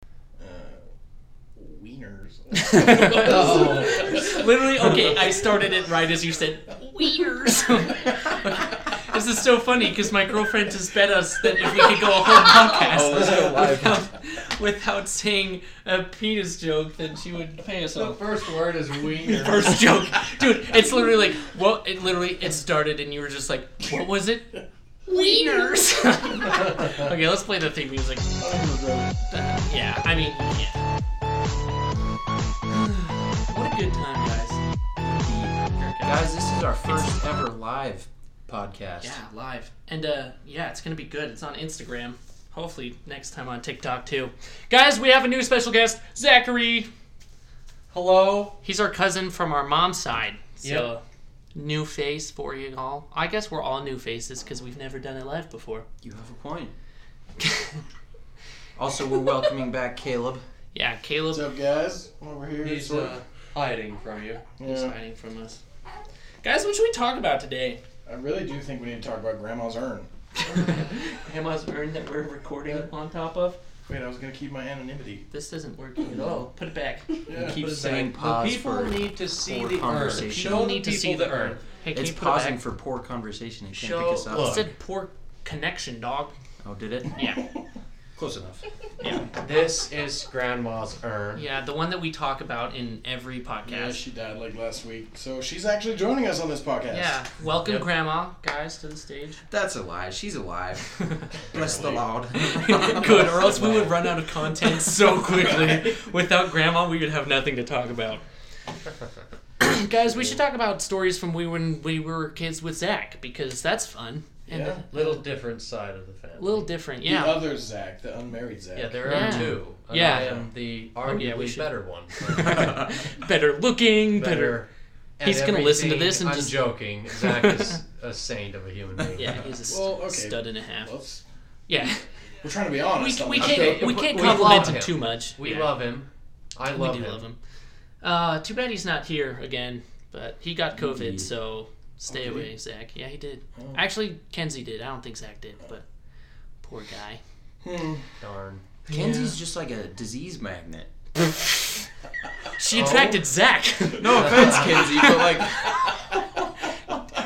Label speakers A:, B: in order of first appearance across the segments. A: years old.
B: Oh.
C: Oh.
D: Literally, okay, I started it right as you said weirds. this is so funny because my girlfriend just bet us that if we could go a whole podcast
C: Oh, let's go live.
D: without, without saying a penis joke, then she would pay us
A: The
D: off.
A: first word is wiener.
D: First joke, dude. It's literally like what it literally it started, and you were just like, what was it? Wieners. okay, let's play the theme music. Yeah, I mean, yeah. what a good time, guys.
C: Guys, this is our first ever live podcast.
D: Yeah, live. And uh yeah, it's gonna be good. It's on Instagram. Hopefully next time on TikTok too. Guys, we have a new special guest, Zachary.
A: Hello.
D: He's our cousin from our mom's side. So
A: Yep.
D: new face for you all. I guess we're all new faces because we've never done it live before.
C: You have a point. Also, we're welcoming back Caleb.
D: yeah, Caleb
B: What's up, guys? Over here.
A: He's
B: sort
A: uh,
B: of-
A: hiding from you.
D: is
B: yeah.
D: hiding from us. Guys, what should we talk about today?
B: I really do think we need to talk about Grandma's urn.
D: Grandma's urn that we're recording on top of.
B: Wait, I was gonna keep my anonymity.
D: This doesn't work at
A: No.
D: all. Put it back.
B: Yeah.
C: Keep
A: Put it
C: saying
A: back.
C: pause
A: The people
C: for-
A: need to see
C: for
A: the urn.
C: conversation.
A: Show
D: People
A: the
D: need to
A: people
D: see the
A: the urn.
D: Hey, can
C: It's
D: you put it back?
C: pausing for poor conversation. It can't
D: Show-
C: pick us up.
D: It said poor connection, dog.
C: Oh, did it?
D: Yeah.
C: Close enough.
A: This is Grandma's urn.
D: Yeah, the one that we talk about in every
B: Yeah,
D: podcast.
B: she died like last week, so she's actually joining us on this podcast.
D: Yeah. Welcome,
A: Yep.
D: Grandma, guys, to the stage.
C: That's a lie. She's alive. Bless the Lord.
D: Good, or else we would run out of content so quickly. Without Grandma, we would have nothing to talk about. Guys, we should talk about stories from we when we were kids with Zach because that's fun and
B: Yeah.
A: Little different side of the family.
D: a little different.
B: The
D: Yeah,
B: other Zach, the unmarried Zach.
A: Yeah, there
D: Yeah.
A: are two. And
D: Yeah. Oh,
A: I am the arguably
D: yeah, we should-
A: better one.
D: better looking, better.
A: better. at
D: He's gonna listen to
A: everything.
D: this and
A: I'm
D: just-
A: joking. Zach is a saint of a human being.
D: Yeah, he's a s-
B: Well, okay.
D: stud and a half.
B: Let's-
D: Yeah,
B: we're trying to be
D: we,
B: honest. on
D: we
B: this.
D: can't
A: Okay,
D: we
A: we-
D: can't
A: we
D: compliment
A: love
D: him
A: him.
D: too much.
A: We
D: Yeah.
A: love him. I love
D: we do
A: him.
D: love him. Uh, too bad he's not here again, but he got COVID,
C: Mm.
D: so stay
B: Oh, did
D: away, Zach. Yeah, he did. Actually, Kenzie did. I don't think Zach did, but poor guy.
B: Hmm.
A: Darn.
C: Kenzie's just like a disease magnet.
D: She
A: Oh.
D: attracted Zach.
C: No offense, Kenzie, but like,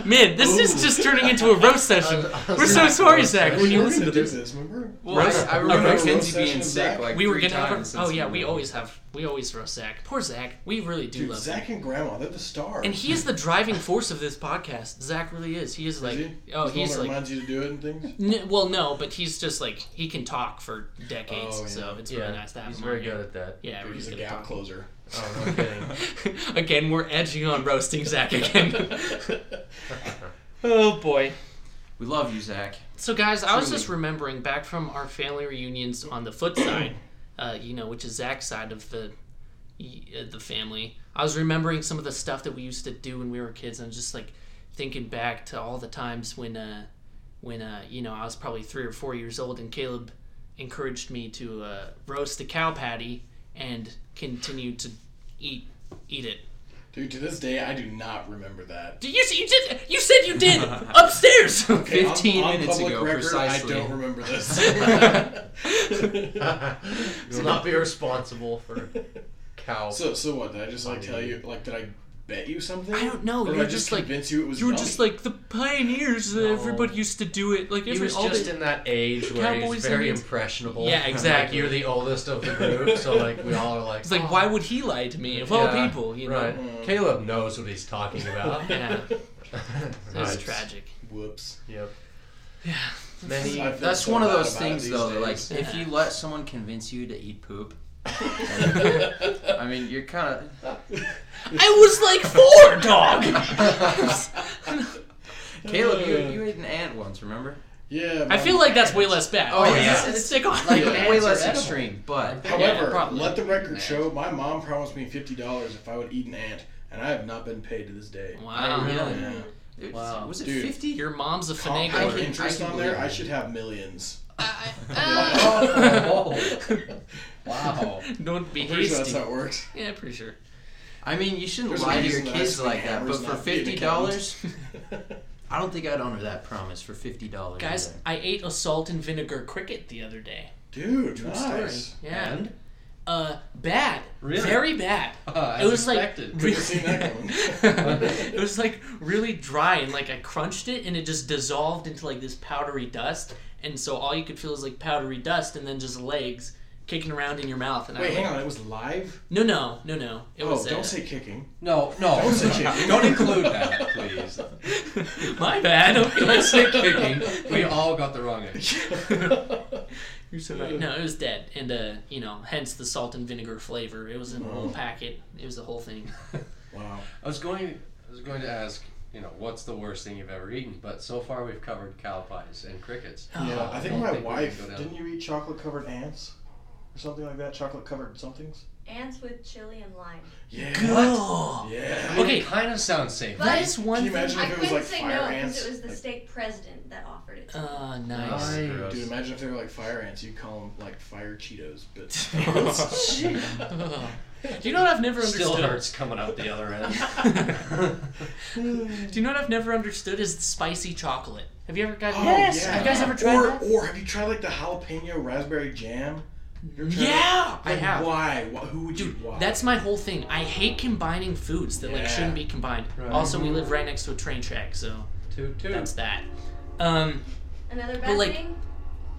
D: Man, this is just turning into a roast session.
A: I was-
D: We're so sorry, Zach. When
B: Actually,
D: you
B: we're
D: listen to
B: gonna do
D: this,
B: remember?
D: Well,
C: right?
D: I-
C: I
B: remember
C: remember
B: the roast
C: Kenzie
B: session
C: being
B: of
C: sick
B: Zach.
C: like
D: we were
C: three
D: gonna have.
C: times.
D: a- Oh
C: since
D: yeah,
C: we
D: we
C: were-
D: always have. We always roast Zach. Poor Zach. We really do
B: Dude,
D: love him.
B: Zach and Grandma, they're the stars.
D: And he is the driving force of this podcast. Zach really is. He is like.
B: he? He's the
D: Oh,
B: one
D: he's
B: that
D: like.
B: reminds you to do it and things.
D: N- well, no, but he's just like he can talk for decades,
B: Oh, yeah.
D: so it's
A: Yeah,
D: really nice to have
A: he's
D: him.
A: very
D: on
A: good
D: here.
A: at that.
D: Yeah,
B: Dude,
D: we're
B: he's
D: just
B: a
D: gonna
B: gap
D: talk.
B: closer.
A: Oh, no kidding.
D: again, we're edging on roasting Zach again. oh boy.
C: We love you, Zach.
D: So guys, I was
C: Truly.
D: just remembering back from our family reunions on the foot side, uh, you know, which is Zach's side of the uh, the family. I was remembering some of the stuff that we used to do when we were kids. and just like thinking back to all the times when, uh, when uh, you know, I was probably three or four years old, and Caleb encouraged me to uh, roast a cow patty and continue to eat eat it.
B: Dude, to this day, I do not remember that.
D: Did you you did you said you did upstairs?
B: Okay, on-
C: 15
B: on
C: minutes
B: public
C: ago,
B: record,
C: precisely.
B: I don't remember this.
A: you will not be responsible for cow.
B: so, so what? Did I just like tell you? Like, did I bet you something?
D: I don't know,
B: Or
D: you
B: did
D: were
B: I
D: just,
B: just
D: like-
B: convince you it was.
D: You were
B: dummy?
D: just like the pioneers.
A: No.
D: Everybody used to do it. Like
A: he
D: every
A: was
D: all
A: just
D: the-
A: in that age where he's
D: Cowboys
A: very
D: and-
A: impressionable.
D: Yeah,
A: Like
D: exactly.
A: you're the oldest of the group, so like we all are like.
D: It's like,
A: "Oh."
D: why would he lie to me of all
A: Yeah,
D: people? You know,
A: right.
B: Mm.
A: Caleb knows what he's talking about.
D: yeah, it's
A: Right.
D: tragic.
B: Whoops.
A: Yep.
D: Yeah,
A: Many.
B: I feel
C: That's
B: so
C: one of
B: bad
C: those
B: about it
C: things,
B: these
C: though. that, Like,
B: days.
C: if you let someone convince you to eat poop, I mean, you're kind of.
D: I was like four, dog.
C: Caleb, you, you ate an ant once, remember?
B: yeah.
D: I
B: man.
D: feel like that's way less bad.
C: Oh,
D: I think
C: yeah.
D: it's- it's sick on.
C: Like,
B: Yeah. Ants
C: way
B: are
C: less
B: edible.
C: extreme, but.
D: Yeah,
B: However,
D: probably.
B: let the record show my mom promised me fifty dollars if I would eat an ant, and I have not been paid to this day.
D: wow,
C: Really?
B: Yeah.
C: It-
D: Wow.
C: Was it
B: Dude.
C: 50?
D: your mom's a
B: Compound
D: finagle.
C: can-
B: interest
C: I can
B: on there,
C: believe
B: I
C: it. Oh,
B: should have millions.
C: wow.
D: Don't be
B: I'm pretty sure that's
D: hasty.
B: how it works.
D: Yeah, pretty sure.
C: I mean, you shouldn't
B: There's a
C: lie to your
B: reason that ice
C: kids
B: cream
C: like that,
B: hammer's
C: but for
B: not being
C: fifty
B: a
C: dollars, I don't think I'd honor that promise for fifty dollars.
D: Guys, I ate a salt and vinegar cricket the other day.
B: Dude, nice.
D: Yeah.
C: and
D: Uh, bad.
A: Really?
D: Very bad.
A: Uh,
D: It was like-
A: expected.
B: Never seen that coming.
D: it was like really dry and like I crunched it and it just dissolved into like this powdery dust and so all you could feel is like powdery dust and then just legs kicking around in your mouth and
B: Wait,
D: I
B: hang on. It was live.
D: No no no no. It
B: oh,
D: was
B: don't
D: uh,
B: say kicking.
A: No, no.
B: Don't say kicking.
A: Don't include that, please.
D: My bad.
A: Don't say
D: Okay.
A: kicking. We all got the wrong idea.
D: You're so right. No, it was dead, and uh, you know, hence the salt and vinegar flavor. It was in a
B: Oh.
D: whole packet. It was the whole thing.
B: wow.
A: I was going. I was going to ask. You know, what's the worst thing you've ever eaten? But so far, we've covered cow pies and crickets.
D: Oh,
B: Yeah, I think
A: don't
B: my
A: think we can
B: wife.
A: go down.
B: Didn't you eat chocolate covered ants or something like that? Chocolate covered somethings.
E: Ants with chili and lime.
B: Yeah.
D: Good.
B: Yeah.
D: Okay.
A: kind of sounds safe.
E: But-
D: That is
B: Can
D: one.
B: you imagine
E: I
B: if it was
E: couldn't
B: like
E: say
B: fire
E: no
B: ants?
E: because it was the
B: Like,
E: state president that offered it. to me.
D: Ah,
A: Nice.
D: nice.
A: Gross.
B: Dude, imagine if they were like fire ants. You call them like fire Cheetos, but
D: Ugh. Do you know what I've never understood?
A: Still hurts coming out the other end.
B: Oh,
D: Do you know what I've never understood is spicy chocolate. Have you ever got?
B: Oh,
D: yes.
B: yeah.
D: Have you guys ever tried
B: or,
D: that?
B: Or have you tried like the jalapeno raspberry jam? You ever tried that?
D: yeah, I
B: Like,
D: have.
B: Why? Why? Who would you?
D: Dude,
B: Why?
D: that's my whole thing. I hate combining foods that
B: Yeah.
D: like shouldn't be combined.
A: Right.
D: Also, we live right next to a train track, so
A: Toot toot.
D: that's that. Um,
E: Another bad
D: like-
E: thing.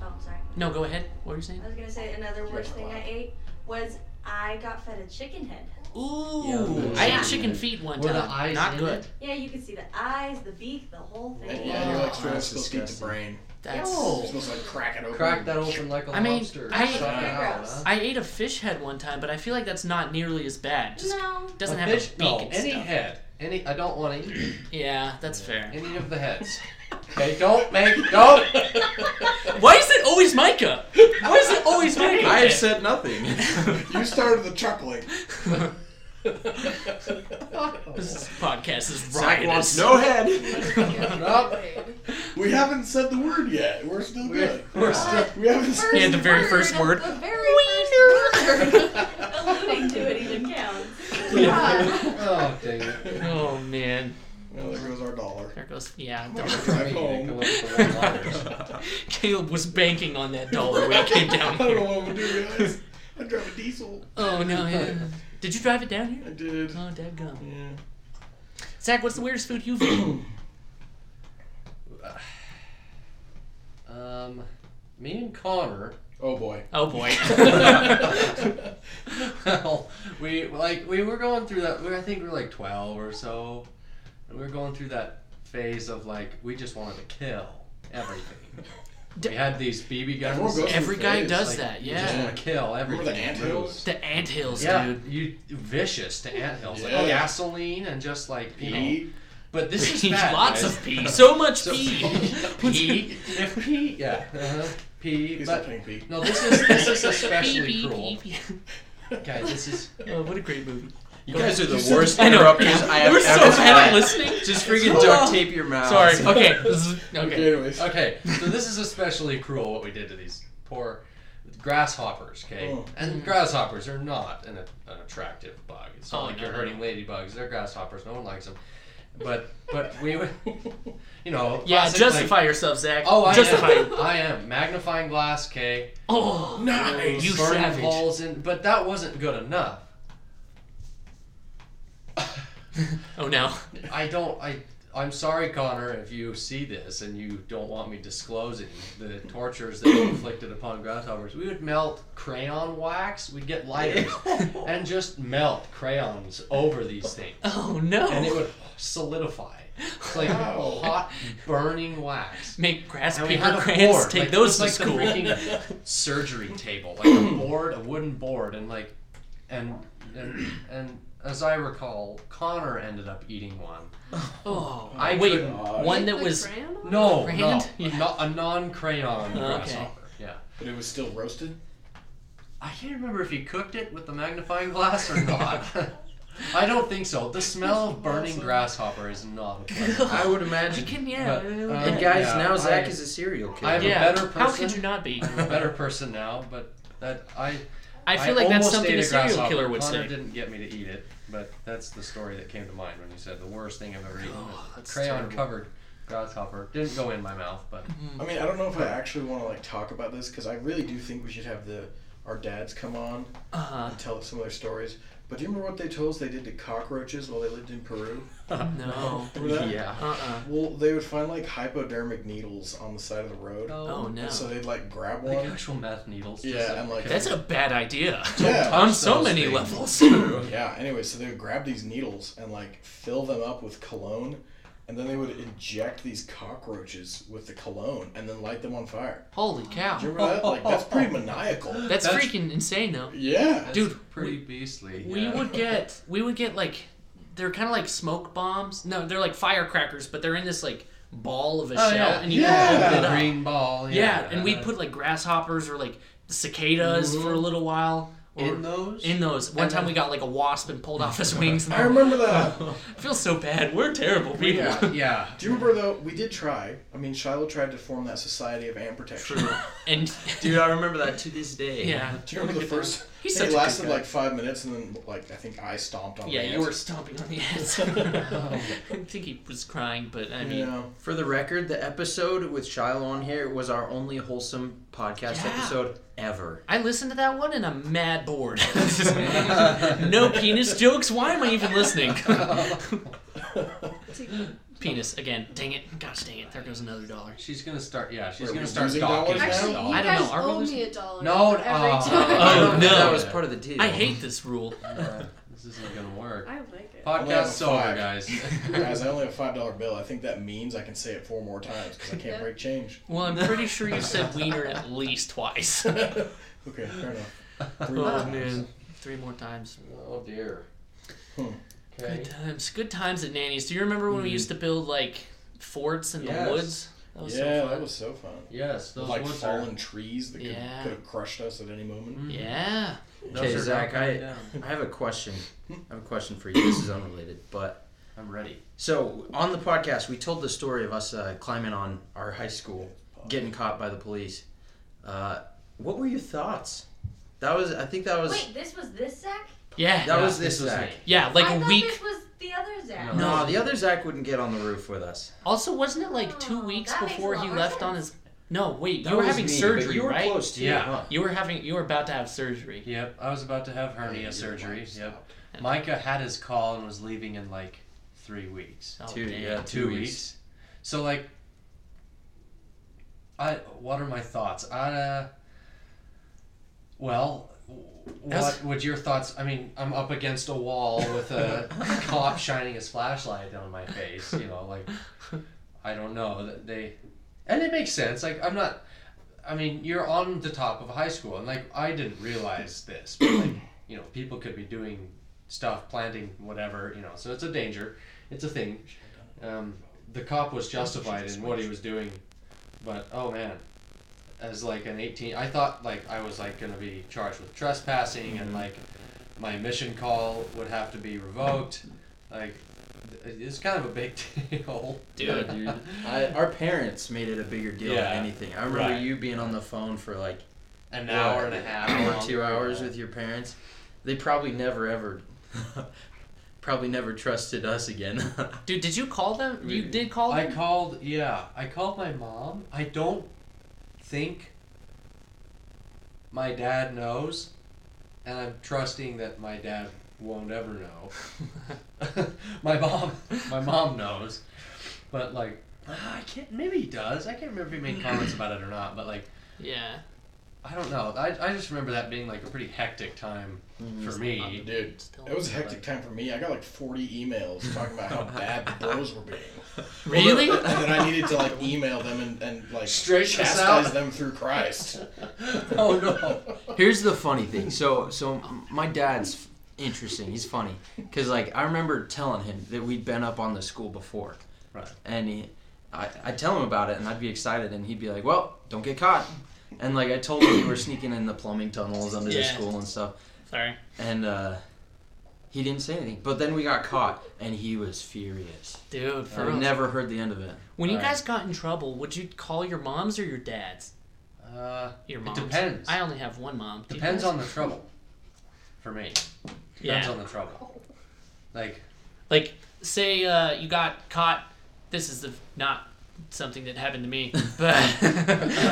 E: Oh, sorry.
D: no, go ahead. What were you saying?
E: I was gonna say another worst thing I ate was I got fed a chicken head.
D: Ooh,
B: Yeah.
D: I ate chicken feet one
A: Were
D: time.
A: the eyes
D: Not
A: in
D: good.
A: it?
E: Yeah, you could see the eyes, the beak, the whole
B: And,
E: thing.
B: yeah, you're like
D: Oh,
B: straight up
A: that's
B: supposed to eat the
A: disgusting.
B: brain.
D: That's.
B: You're supposed to like crack it open.
A: Crack that open like a
D: I mean,
A: lobster.
D: I-
A: Shut it out,
E: Gross.
A: huh?
D: I ate a fish head one time, but I feel like that's not nearly as bad. Just
E: No.
D: doesn't
A: A
D: have
A: fish-
D: a beak
A: no,
D: and
A: any
D: stuff.
A: head. Any. I don't want to eat
D: Yeah, that's fair.
A: any of the heads. Okay, don't make. Don't.
D: Why is it always Micah? Why is it always Micah?
A: I have said nothing.
B: You started the chuckling.
D: this podcast is
C: Zach
D: riotous.
C: wants no head.
B: we haven't said the word yet. We're still good.
A: We're
E: still-
B: We haven't. said-
D: Yeah, the very first word.
E: The very first word. Alluding to it even counts.
D: Yeah.
A: Oh dang it.
D: Oh man,
B: Well, there goes our dollar.
D: there goes. Yeah,
B: We're
D: dollar.
B: gonna drive
A: Come
B: home.
A: up with the right letters.
D: Caleb was banking on that dollar when he came down
B: I don't know what
D: here.
B: I'm gonna do, guys. I drive a diesel.
D: Oh no! Yeah. Did you drive it down here?
B: I did.
D: Oh, dadgum.
B: Yeah.
D: Zach, what's the weirdest food you've eaten?
A: Um, me and Connor.
B: Oh boy.
D: Oh boy.
A: well, we like we were going through that. We, I think we were like twelve or so, and we were going through that phase of like we just wanted to kill everything. we had these
B: Everyone
A: BB guns.
B: goes
A: like,
D: Every guy
B: It's
D: does
A: you
D: that.
A: just
D: Yeah.
A: want to kill everything.
B: Remember the anthills?
D: The anthills,
A: Yeah,
D: dude.
A: you vicious to anthills,
B: Yeah.
A: like oh, gasoline and just like you know.
B: Pee.
A: But this is bad,
D: Lots
A: guys.
D: of pee. So much
A: So-
D: pee.
A: pee. If pee, yeah, uh-huh. pee.
B: He's
A: But
B: not paying pee.
A: no, this is this is
D: Pee,
A: especially
D: pee, pee,
A: cruel.
D: pee.
A: Guys, this is
D: Oh, what a great movie.
C: You guys are the
B: You
C: worst
D: I know.
C: interrupters I have
D: We're so
C: ever
D: bad at
C: had.
D: listening.
C: Just freaking
D: Hold
C: duct
D: on.
C: tape your mouth.
D: Sorry. Okay. This is, okay.
B: Okay, anyways.
A: okay. So this is especially cruel what we did to these poor grasshoppers. Okay,
B: Oh.
D: Mm-hmm.
A: and grasshoppers are not an, an attractive bug. It's not
D: Oh,
A: like
D: no,
A: you're
D: no,
A: hurting ladybugs. They're grasshoppers. No one likes them. But but we would, you know,
D: Yeah,
A: classic,
D: justify yourself, Zach.
A: Like, oh, I
D: justify.
A: am. I am magnifying glass. Okay.
D: Oh,
B: Nice.
D: You
A: burning
D: savage.
A: holes in, but that wasn't good enough.
D: Oh no.
A: I don't. I. I'm sorry, Connor, if you see this and you don't want me disclosing the tortures that were inflicted upon grasshoppers. We would melt crayon wax. We'd get lighters and just melt crayons over these things,
D: Oh no.
A: and it would solidify. It's like
B: Wow.
A: hot, burning wax.
D: Make grass
A: And we had
D: paper
A: a
D: crayons.
A: board,
D: Take
A: like,
D: those to
A: it was
D: school.
A: like the freaking surgery table, like a board, a wooden board, and like, and and and as I recall, Connor ended up eating one.
D: oh,
A: I
D: wait.
A: couldn't-
D: One that was.
A: No, no,
D: Crayoned? Yeah.
A: not a non-crayon
D: Okay.
A: grasshopper. Yeah,
B: But it was still roasted.
A: I can't remember if he cooked it with the magnifying glass or not. I don't think so. The smell of burning grasshopper is not a pleasant.
C: I would
D: I
C: imagine.
D: can. Yeah.
A: But,
D: uh,
A: uh,
C: And guys,
A: Yeah,
C: now
A: I-
C: Zach is a serial killer.
A: I'm a
D: yeah.
A: better
D: How could
A: person.
D: you not be?
A: I'm a better person now, but that I.
D: I feel like that's
A: almost
D: something
A: ate
D: a serial
A: grasshopper.
D: killer would
A: Connor
D: say.
A: didn't get me to eat it, but that's the story that came to mind when you said the worst thing I've ever eaten.
D: Oh,
A: was
D: that's
A: crayon
D: terrible.
A: covered grasshopper. Didn't go in my mouth, but
B: I mean, I don't know if I actually want to like talk about this because I really do think we should have the our dads come on
D: Uh,
B: and tell us some of their stories. But do you remember what they told us they did to cockroaches while they lived in Peru?
D: no.
B: Remember that?
A: yeah.
D: Uh-uh.
B: Well, they would find like hypodermic needles on the side of the road.
D: Oh, no.
B: And Um, so they'd like grab
A: Like
B: one.
A: actual meth needles.
B: Yeah,
A: just
B: and, like-
D: That's a bad idea.
B: Yeah.
D: On
A: Touch
D: so
A: those
D: many
A: things.
D: levels.
B: Yeah, anyway, so they would grab these needles and like fill them up with cologne, and then they would inject these cockroaches with the cologne and then light them on fire.
D: Holy
B: Do you
D: cow.
B: remember that? Like, that's pretty maniacal.
D: That's,
A: That's-
D: freaking insane though.
B: Yeah.
A: That's
D: Dude,
A: pretty beastly.
D: We
A: yeah.
D: would get we would get like they're kind of like smoke bombs. No, they're like firecrackers, but they're in this like ball of a
A: Oh,
D: shell
A: yeah.
D: and you
B: Yeah.
D: can
A: Yeah,
D: open it
A: the
D: up.
A: green ball.
D: Yeah,
A: Yeah,
D: and we'd put like grasshoppers or like cicadas for a little while. Or
A: Mm-hmm. in those.
D: in those. One time we got like a wasp and pulled off his wings. And
B: I remember that.
D: I feel so bad. We're terrible people.
A: yeah, yeah.
B: Do you remember though? We did try. I mean, Shiloh tried to form that society of ant protection.
D: True. And
C: Dude, I remember that to this day.
D: yeah,
B: Do you remember the first?
D: He's
B: it
D: such a good
B: lasted
D: guy.
B: like five minutes, and then like I think I stomped on.
D: yeah,
B: the
D: you
B: ants.
D: were stomping on the ass. I think he was crying, but I mean,
B: You know,
C: For the record, the episode with Shiloh on here was our only wholesome podcast
D: Yeah.
C: episode ever.
D: I listened to that one and I'm mad bored. no penis jokes. Why am I even listening? penis again. Dang it. Gosh dang it. There goes another dollar.
A: She's gonna start. Yeah, she's
B: Wait, we
A: gonna start
B: losing
A: docking.
B: dollars now?
F: Actually, you
B: I
D: don't
F: guys
D: know. Are we
F: owe
D: losing- Oh,
F: me a dollar.
A: No,
F: every
A: uh,
C: I
F: time.
C: don't think
D: no.
C: that was part of the deal.
D: I hate this rule.
A: Uh, this isn't gonna work.
F: I like it.
B: Only have
A: Podcast
B: a
A: sober,
B: five.
A: guys.
B: guys, I only have a five dollar bill. I think that means I can say it four more times because I can't break change.
D: Well, I'm pretty sure you said wiener at least twice.
B: Okay, fair enough.
D: Oh,
B: Three more times.
D: Three more times.
A: oh dear.
B: Hmm.
D: Good times. Good times at Nanny's. Do you remember when we used to build like forts in
A: Yes.
D: the woods? That was
B: yeah,
D: so fun.
B: that was so fun.
A: Yes, those
B: like
A: woods
B: fallen
A: are. Mm-hmm.
B: trees that could,
D: Yeah. Mm-hmm.
B: could have crushed us at any moment.
D: Yeah.
A: those
C: Okay,
A: are
C: Zach,
A: coming
C: I-
A: down.
C: I have a question. I have a question for you. This is unrelated, but
A: I'm ready.
C: so on the podcast, we told the story of us uh, climbing on our high school, getting caught by the police. Uh, what were your thoughts? That was, I think that was
E: Wait, this was this Zach?
D: Yeah.
C: that
A: Yeah,
C: was this,
A: this was
C: Zach.
A: me.
D: yeah, like
E: I
D: a
E: thought
D: week.
E: This was the other Zach.
A: No.
C: No, the other Zach wouldn't get on the roof with us.
D: Also, wasn't it like two
E: Oh,
D: weeks
E: that makes
D: before
E: a
D: he
E: lot more
D: left on his? No, wait.
C: That
D: you were
C: was
D: having
C: me, but
D: surgery,
C: you were
D: right?
C: Close too,
A: Yeah.
C: huh?
D: You were having. You were about to have surgery.
A: Yep, I was about to have hernia
B: Yeah,
A: surgery.
B: you're
A: Yep. Micah had his call and was leaving in like three weeks.
D: Oh,
C: Two,
D: dang.
C: yeah,
A: two weeks. So like, I what are my thoughts? I, uh, well, w-
D: That's-
A: what would your thoughts? I mean, I'm up against a wall with a cop shining his flashlight on my face. You know, like I don't know that they, and it makes sense. Like I'm not. I mean, you're on the top of high school, and like I didn't realize this, but like you know, people could be doing stuff, planting whatever. You know, so it's a danger. It's a thing um, the cop was justified in what he was doing, but oh man, as like an eighteen, I thought like I was like gonna be charged with trespassing
C: Mm-hmm.
A: and like my mission call would have to be revoked. Like th- it's kind of a big deal.
D: Dude.
C: I, our parents made it a bigger deal
A: Yeah.
C: than anything. I remember
A: Right.
C: you being on the phone for like
A: An
C: what,
A: hour and a half,
C: hour,
A: long.
C: two hours with your parents. They probably never ever, probably never trusted us again.
D: Dude, did you call them? You
C: Really?
D: did call
A: I
D: them.
A: called. Yeah, I called my mom. I don't think my dad knows, and I'm trusting that my dad won't ever know. my mom, my mom knows, but like ah, I can't. Maybe he does. I can't remember if he made comments about it or not. But like
D: yeah.
A: I don't know. I I just remember that being like a pretty hectic time for me.
B: Dude,
D: Still
B: it was a hectic time for me. I got like 40 emails talking about how bad the bros were being.
D: Really?
B: And then I needed to like email them and, and like
A: Straighten us
B: chastise
A: out.
B: them through Christ.
A: oh no.
C: Here's the funny thing. So, so my dad's interesting. He's funny because, like, I remember telling him that we'd been up on the school before,
A: Right.
C: And he, I, I'd tell him about it, and I'd be excited, and he'd be like, "Well, don't get caught." And like I told him, we were sneaking in the plumbing tunnels under the
D: Yeah.
C: school and stuff,
D: Sorry.
C: and uh, he didn't say anything. But then we got caught, and he was furious.
D: Dude, for
C: I
D: real.
C: never heard the end of it.
D: when you
A: Alright.
D: guys got in trouble, would you call your moms or your dads?
A: Uh,
D: Your
A: It
D: moms.
A: depends.
D: I only have one mom. Do you
A: depends
D: guys-
A: on the trouble. For me. Depends
D: Yeah.
A: on the trouble. Like,
D: Like, say uh, you got caught. This is the not something that happened to me. But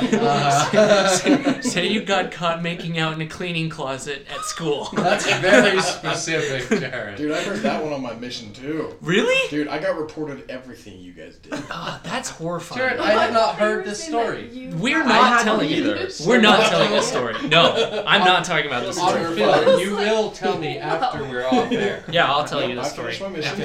D: uh, say, say you got caught making out in a cleaning closet at school.
A: That's very specific, Jared.
B: Dude, I heard that one on my mission too.
D: Really?
B: Dude, I got reported everything you guys did.
D: Oh, that's horrifying.
A: Jared, I have not heard this story.
D: We're
C: I
D: not
C: haven't
D: telling
C: either.
D: either. We're not telling this story. No, I'm not talking about this
B: Our
D: story.
A: On
B: Well,
A: film, you
E: it's like-
A: will tell me after we're off air.
D: Yeah, I'll tell you
B: I
D: the story.
B: finished my mission.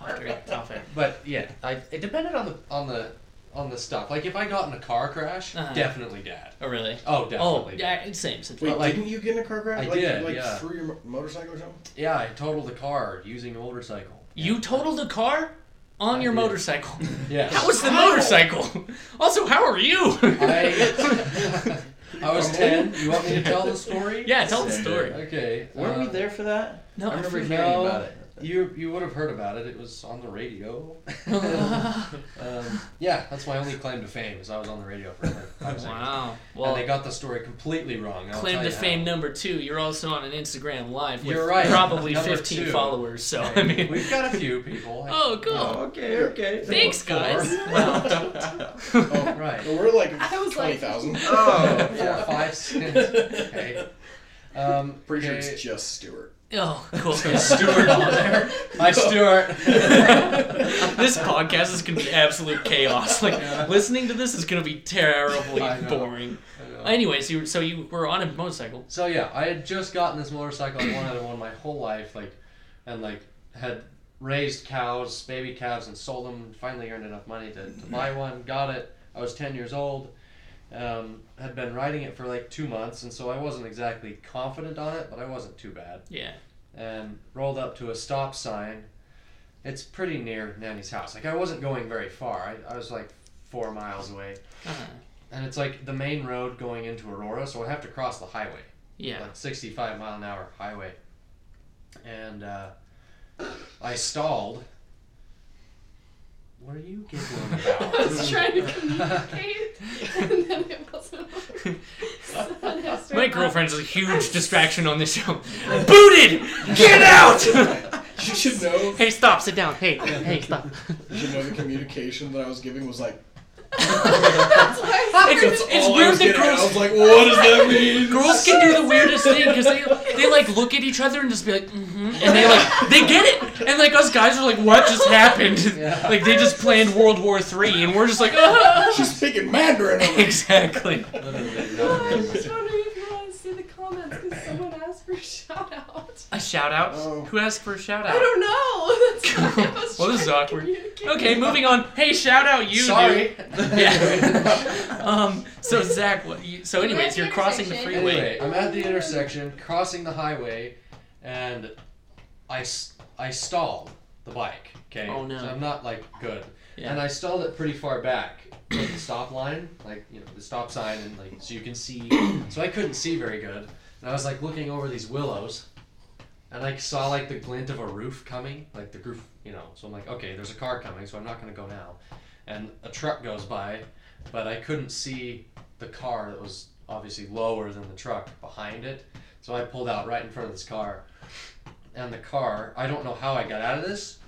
D: after it's off air.
A: But yeah, I, it depended on the on the on the stuff. Like if I got in a car crash,
D: Uh-huh.
A: definitely dad.
D: Oh, really?
A: Oh,
D: Oh,
A: definitely. dad.
D: yeah, it's same. same.
B: Wait,
A: like-
B: didn't you get in a car crash?
A: I
B: like,
A: did,
B: Like
A: yeah.
B: through your mo- motorcycle or something?
A: yeah. I totaled the car using a motorcycle.
D: You totaled a car on
A: I
D: your
A: did.
D: motorcycle.
A: Yes.
D: How was the motorcycle? Also, how are you?
A: I, I was ten. You want me to tell the story?
D: yeah, tell the story.
A: Okay.
F: Were
A: uh,
F: we there for that?
D: No,
F: I remember
D: I
F: hearing
D: forget.
A: no.
F: about it.
A: You you would have heard about it. It was on the radio. um, yeah, that's my only claim to fame is I was on the radio for five seconds.
D: wow. Well,
A: and they got the story completely wrong. and I'll
D: claim
A: tell
D: to
A: you
D: fame
A: how.
D: number two. You're also on an Instagram live with
A: You're right.
D: probably
A: Number
D: 15
A: two.
D: followers. So I
A: Hey,
D: mean,
A: we've got a few people.
D: oh, cool.
F: okay, okay.
D: Thanks,
A: four.
D: guys.
B: Oh,
A: right.
B: Well, we're like
E: I was like-
B: 20,000.
C: Oh.
A: Four, five, six. Okay. Um,
B: Pretty sure
A: okay.
B: it's just Stewart.
D: Oh, cool.
A: Stuart on there. Hi, Stuart.
D: this podcast is gonna be absolute chaos. Like
A: Yeah.
D: listening to this is gonna be terribly
A: I know.
D: boring. Anyways, you so you were on a motorcycle.
A: So yeah, I had just gotten this motorcycle. I wanted one my whole life, like, and like had raised cows, baby calves, and sold them. Finally earned enough money to, to buy one. Got it. I was ten years old. Um, had been riding it for like two months, and so I wasn't exactly confident on it, but I wasn't too bad.
D: Yeah.
A: and rolled up to a stop sign. It's pretty near Nanny's house. Like I wasn't going very far. I, I was like four miles away,
D: Uh-huh.
A: and it's like the main road going into Aurora, so I have to cross the highway,
D: Yeah.
A: like sixty-five mile an hour highway. And uh, I stalled. What are you giggling about?
G: I was trying to communicate, and then it wasn't. working. So then I started
D: My girlfriend's a huge distraction on this show. Booted! Get out!
B: You should know.
D: hey, stop, sit down. Hey, hey, stop.
B: You should know the communication that I was giving was like.
G: That's why I started.
D: It's, it's
B: all I
D: weird
B: was
D: that
B: getting at. I was
D: girls,
B: like, what does that mean?
D: girls can do the weirdest thing because they, they like look at each other and just be like, mm-hmm, and they like they get it, and like us guys are like, what just happened?
A: Yeah.
D: Like they just planned World War Three, and we're just like, ah.
B: She's speaking Mandarin. over there.
D: exactly.
A: Literally,
G: Oh, I
A: no.
G: was just wondering if you want to see the comments because someone asked for a shout out.
D: A shout out.
B: Oh.
D: Who asked for a shout
G: I
D: out?
G: don't know. That's why I was
D: Well, this is
G: trying to
D: awkward.
G: communicate.
D: Okay, moving on. Hey, shout out you.
A: Sorry.
D: Dude. Yeah. um. So Zach, what, you, so anyways, you're crossing the
G: Intersection.
D: freeway.
A: Anyway, I'm at the intersection, crossing the highway, and I, s- I stalled the bike. Okay.
D: Oh, no.
A: So I'm not like good.
D: Yeah.
A: And I stalled it pretty far back from the stop line, like you know the stop sign, and like so you can see. so I couldn't see very good, and I was like looking over these willows, and I saw like the glint of a roof coming, like the roof, you know. So I'm like, okay, there's a car coming, so I'm not gonna go now. And a truck goes by, but I couldn't see the car that was obviously lower than the truck behind it. So I pulled out right in front of this car. And the car, I don't know how I got out of this,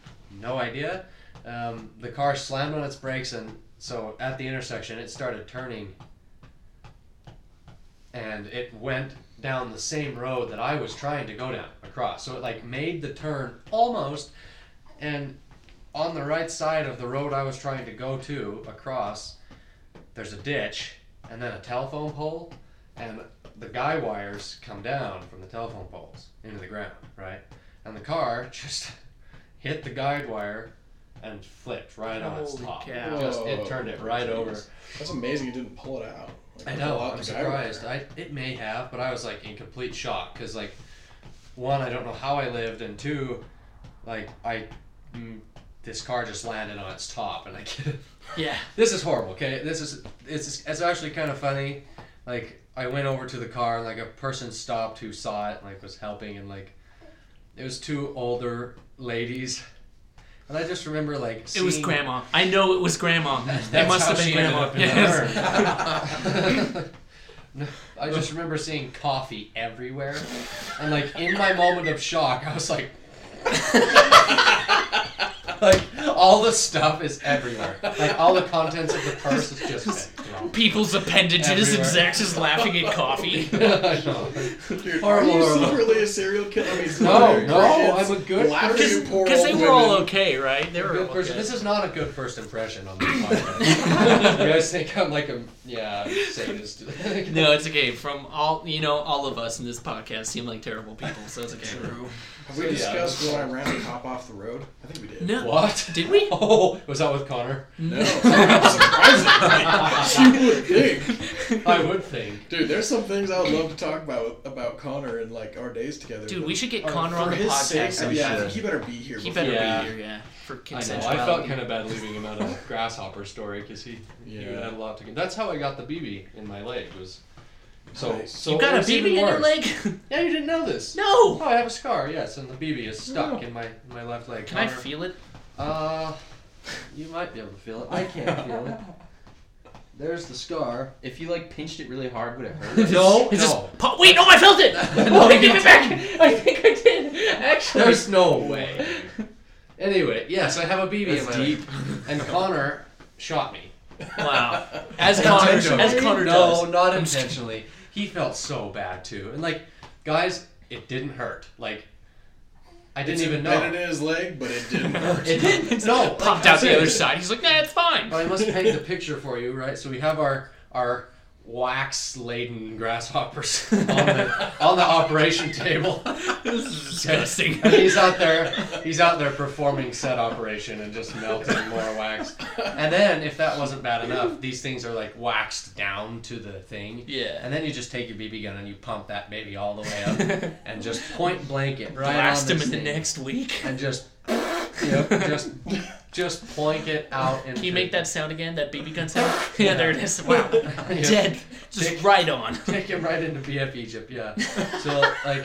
A: no idea. Um, the car slammed on its brakes, and so at the intersection, it started turning. And it went down the same road that I was trying to go down across. So it like made the turn almost, and on the right side of the road I was trying to go to across, there's a ditch and then a telephone pole, and the guy wires come down from the telephone poles into the ground, right? And the car just hit the guide wire and flipped right on its
D: Holy
A: top.
D: cow.
A: Just it turned it right
B: Whoa.
A: over.
B: That's amazing you didn't pull it out. Like,
A: I
B: pull
A: know.
B: out
A: I'm
B: the guy right
A: surprised.
B: there.
A: I it may have, but I was like in complete shock because like, one, I don't know how I lived, and two, like I, mm, this car just landed on its top, and I get.
D: Yeah.
A: This is horrible. Okay, this is it's it's actually kind of funny. Like I went over to the car, and like a person stopped who saw it, and, like was helping, and like, it was two older ladies, and I just remember like
D: It was
A: seeing-
D: grandma. I know it was grandma. it
A: That's
D: must
A: how
D: have been
A: she
D: grandma.
A: ended
D: Yes.
A: up in the urn. No, I just remember seeing coffee everywhere, and like in my moment of shock, I was like, like all the stuff is everywhere. Like all the contents of the purse is just thrown.
D: People's appendages and
A: Everywhere.
D: Zach's is laughing at coffee.
A: I know.
B: Dude,
A: Horrible,
B: are you
A: horrible.
B: secretly a serial killer? I mean,
A: No,
B: murder
A: no,
B: Christians,
A: I'm a good
B: laughter
A: person.
B: at poor
D: Because they
B: old
D: were all
B: women.
D: okay, right? They were
A: Good
D: all
A: person.
D: okay.
A: This is not a good first impression on this podcast. you guys think I'm like a yeah sadist?
D: No, it's okay. From all you know, all of us in this podcast seem like terrible people, so it's okay.
B: Have we
A: Yeah.
B: discussed when I ran a cop off the road? I think we did.
D: No,
A: What?
D: Did we?
A: Oh, was that with Connor?
B: No, surprisingly, you would think.
A: I would think.
B: Dude, there's some things I would love to talk about about Connor and like our days together.
D: dude,
B: but
D: we should get
A: Or
D: Connor
A: for
D: on the
B: his
D: podcast.
B: sake,
C: I'm
B: yeah, I
C: sure.
B: think he better be here.
D: he
B: before-
D: better
A: Yeah.
D: be here, yeah, for
A: I know. I
D: consensuality.
A: felt kind of bad leaving him out of the grasshopper story because he, he would
B: Yeah.
A: have a lot to. get- That's how I got the BB in my leg was. So,
B: Nice.
A: so
D: You got
A: it
D: a
A: was
D: BB
A: even
D: in your
A: worse.
D: leg?
A: Yeah, you didn't know this.
D: no.
A: Oh, I have a scar. Yes, and the BB is stuck
B: No.
A: in my my left leg.
D: Can I
A: Connor,
D: feel it?
A: Uh, you might be able to feel it. I can't feel it. There's the scar.
F: If you like pinched it really hard, would it hurt?
A: No,
D: Is this-
A: no.
D: Po- wait, no, I felt it.
A: No,
D: no, I
A: you
D: give it back. I think I did. Actually,
A: There's no way. Anyway, yes, I have a BB in
F: That's
A: my deep. And Connor shot me.
D: wow. As Connor, as Connor
A: no,
D: does.
A: not
D: I'm just kidding.
A: intentionally. He felt so bad too. And like, guys, it didn't hurt. Like, I didn't
B: It's
A: even
B: embedded
A: know.
B: in his leg, but it didn't hurt.
A: It didn't. No, like,
D: Popped out
A: that's
D: the
A: it.
D: other side. He's like, nah, it's fine.
A: Well, I must paint the picture for you, right? So we have our our wax laden grasshoppers on the, on the operation table.
D: This is disgusting.
A: And he's out there he's out there performing set operation and just melting more wax. And then if that wasn't bad enough, these things are like waxed down to the thing.
D: Yeah.
A: And then you just take your BB gun and you pump that baby all the way up and just point blank it right
D: Blast
A: on
D: him
A: this
D: in the
A: thing
D: next week.
A: and just yep, just just plank it out into
D: Can you make that sound again? That BB gun sound? yeah, there it is. Wow.
A: Yeah.
D: Dead. Just
A: Dick.
D: right on.
A: Take him right into BF Egypt, yeah. So like,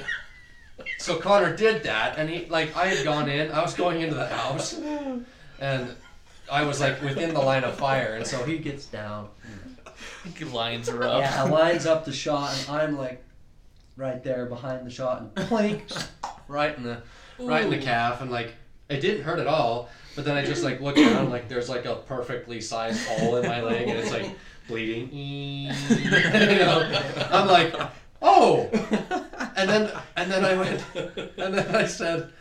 A: so Connor did that, and he like I had gone in, I was going into the house, and I was like within the line of fire, and so he gets down,
D: Lions are up.
A: yeah, lines up the shot, and I'm like right there behind the shot, and plink, right in the right in the
D: Ooh.
A: calf, and like it didn't hurt at all, but then I just like look down, like there's like a perfectly sized hole in my leg, and it's like bleeding. you know? I'm like, oh, and then and then I went, and then I said.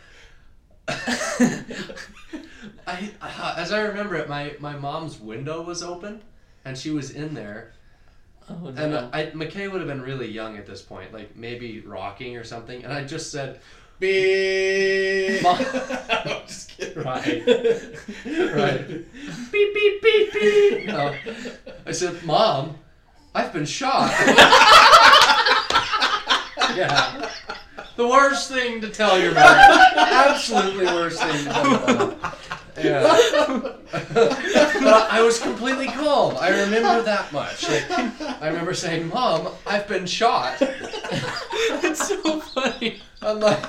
A: I, uh, as I remember it, my, my mom's window was open, and she was in there,
D: Oh, no.
A: and uh, I, McKay would have been really young at this point, like maybe rocking or something. And I just said,
B: Be.
A: Mom.
B: I'm just kidding.
A: Right. Right. beep, beep, beep, beep. No. I said, Mom, I've been shot. yeah. The worst thing to tell your mother. Absolutely worst thing to tell your mother. Yeah. but I was completely calm. I remember that much. Like, I remember saying, Mom, I've been shot.
D: It's so funny.
A: I'm like,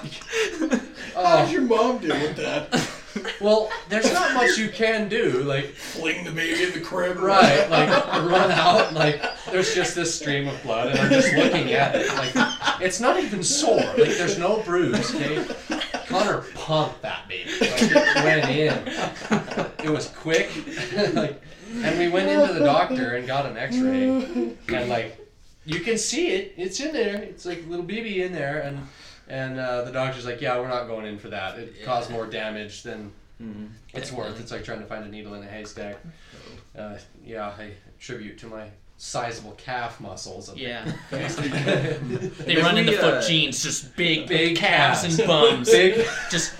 B: How did
A: oh,
B: your mom deal with that?
A: well, there's not much you can do. Like,
B: Fling the baby in the crib.
A: Right, like I run out, like there's just this stream of blood, and I'm just looking at it. Like it's not even sore. Like there's no bruise. Okay, Connor pumped that baby. Like it went in. It was quick. like, and we went into the doctor and got an X-ray, and like you can see it. It's in there. It's like a little BB in there, and and uh, the doctor's like, yeah, we're not going in for that. It caused more damage than
C: Mm-hmm.
A: it's worth. It's like trying to find a needle in a haystack. Uh, yeah, I tribute to my sizable calf muscles. of-
D: Yeah.
A: big
D: They
C: If
D: run in the
C: we,
D: foot
C: uh,
D: jeans, just big,
A: big
D: big calves
A: calves.
D: and bums. just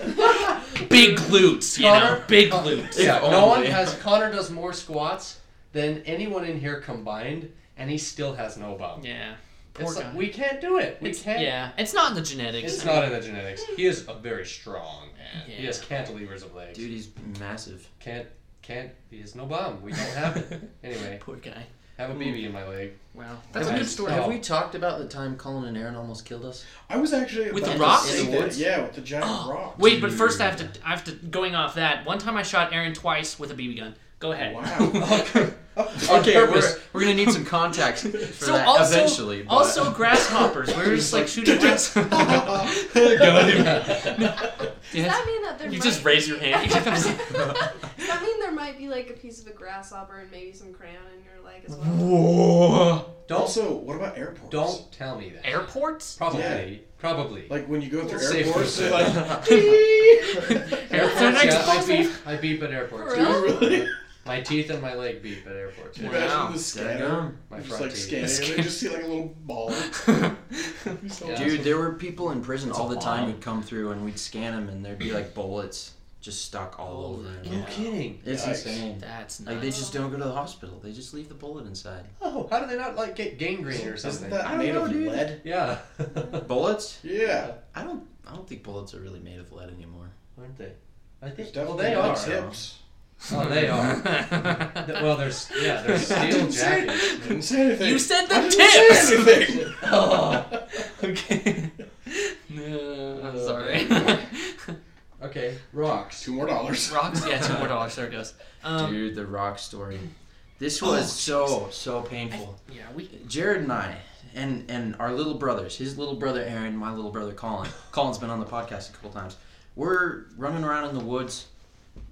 D: big glutes, you know?
A: Connor-
D: Big
A: Con-
D: glutes.
A: Yeah,
C: If
A: no one
C: only.
A: has. Connor does more squats than anyone in here combined, and he still has no bum.
D: Yeah. Poor
A: It's like,
D: guy.
A: we can't do it. We
D: It's-
A: can't.
D: yeah. It's not in the genetics.
A: It's
D: I mean,
A: not in the genetics. He is a very strong man. He
D: Yeah.
A: has cantilevers of legs.
C: Dude, he's massive.
A: Can't can't. He has no bum. We don't have it. Anyway,
D: Poor guy.
A: have a BB in my leg.
D: Wow.
C: That's
A: Have
C: a
A: we-
C: good story.
A: oh.
C: Have we talked about the time Colin and Aaron almost killed us?
B: I was actually
D: With
B: about
D: the
B: to
D: rocks?
B: say
C: In the
B: that,
C: woods?
B: Yeah, with the giant
A: Oh,
B: rock.
D: Wait, but first I have to. I have to. Going off that one time, I shot Aaron twice with a BB gun. Go ahead.
B: Wow.
A: Okay, purpose.
C: we're, we're gonna need some context for
D: So
C: that
D: also,
C: eventually. But...
D: also grasshoppers. We were just like shooting grass.
C: Got him.
G: Does that mean that there
D: You
G: might
D: just raise your
G: be-
D: hand.
G: Does be like a piece of a grasshopper and maybe some crayon in your leg as well.
C: Whoa.
A: Don't
B: also, what about airports?
A: don't tell me that.
D: Airports?
A: Probably.
B: Yeah.
A: Probably.
B: Like when you go through
A: Let's say
B: airports,
A: for-
B: they're like,
D: Airports,
A: Yeah,
D: yeah.
A: I beep. I beep at airports.
G: For
B: do
G: real?
B: you really?
A: My teeth and my leg beep at airports.
B: Can you
D: Wow.
B: imagine the
C: Dang.
B: scanner?
A: My
B: Just
A: front
B: like
A: teeth.
B: scanning, and they just see like a little ball.
A: Yeah.
C: Dude, there were people in prison all
F: a
C: the time
F: bomb.
C: who'd come through and we'd scan them and there'd be like bullets just stuck all
D: Oh,
C: over
D: yeah.
C: them.
A: No kidding.
C: It's
B: Yikes.
C: insane.
D: That's
C: Like they
D: nice.
C: just don't go to the hospital. They just leave the bullet inside.
A: Oh, how do they not like get gangrene or
B: Isn't
A: something?
B: that
C: I don't
B: made
C: know,
B: of
C: dude.
B: lead?
A: Yeah.
C: Bullets?
B: Yeah.
C: I don't. I don't think bullets are really made of lead anymore.
A: Aren't they? I
B: There's
A: think. Well,
B: definitely
A: they are.
B: lead tips.
A: Oh, they are. Th- well, there's yeah, there's
B: I
A: steel
B: didn't say,
A: jackets.
B: didn't say anything.
D: you said
B: I
D: the
B: didn't
D: tips!
B: say anything.
D: oh, okay. No, I'm sorry.
A: Okay, rocks.
B: Two more dollars.
D: Rocks, yeah, two more dollars. There it goes. Um,
C: Dude, the rock story. This was so so painful.
D: yeah, we.
C: Jared and I, and and our little brothers, his little brother Aaron, my little brother Colin. Colin's been on the podcast a couple times. We're running around in the woods.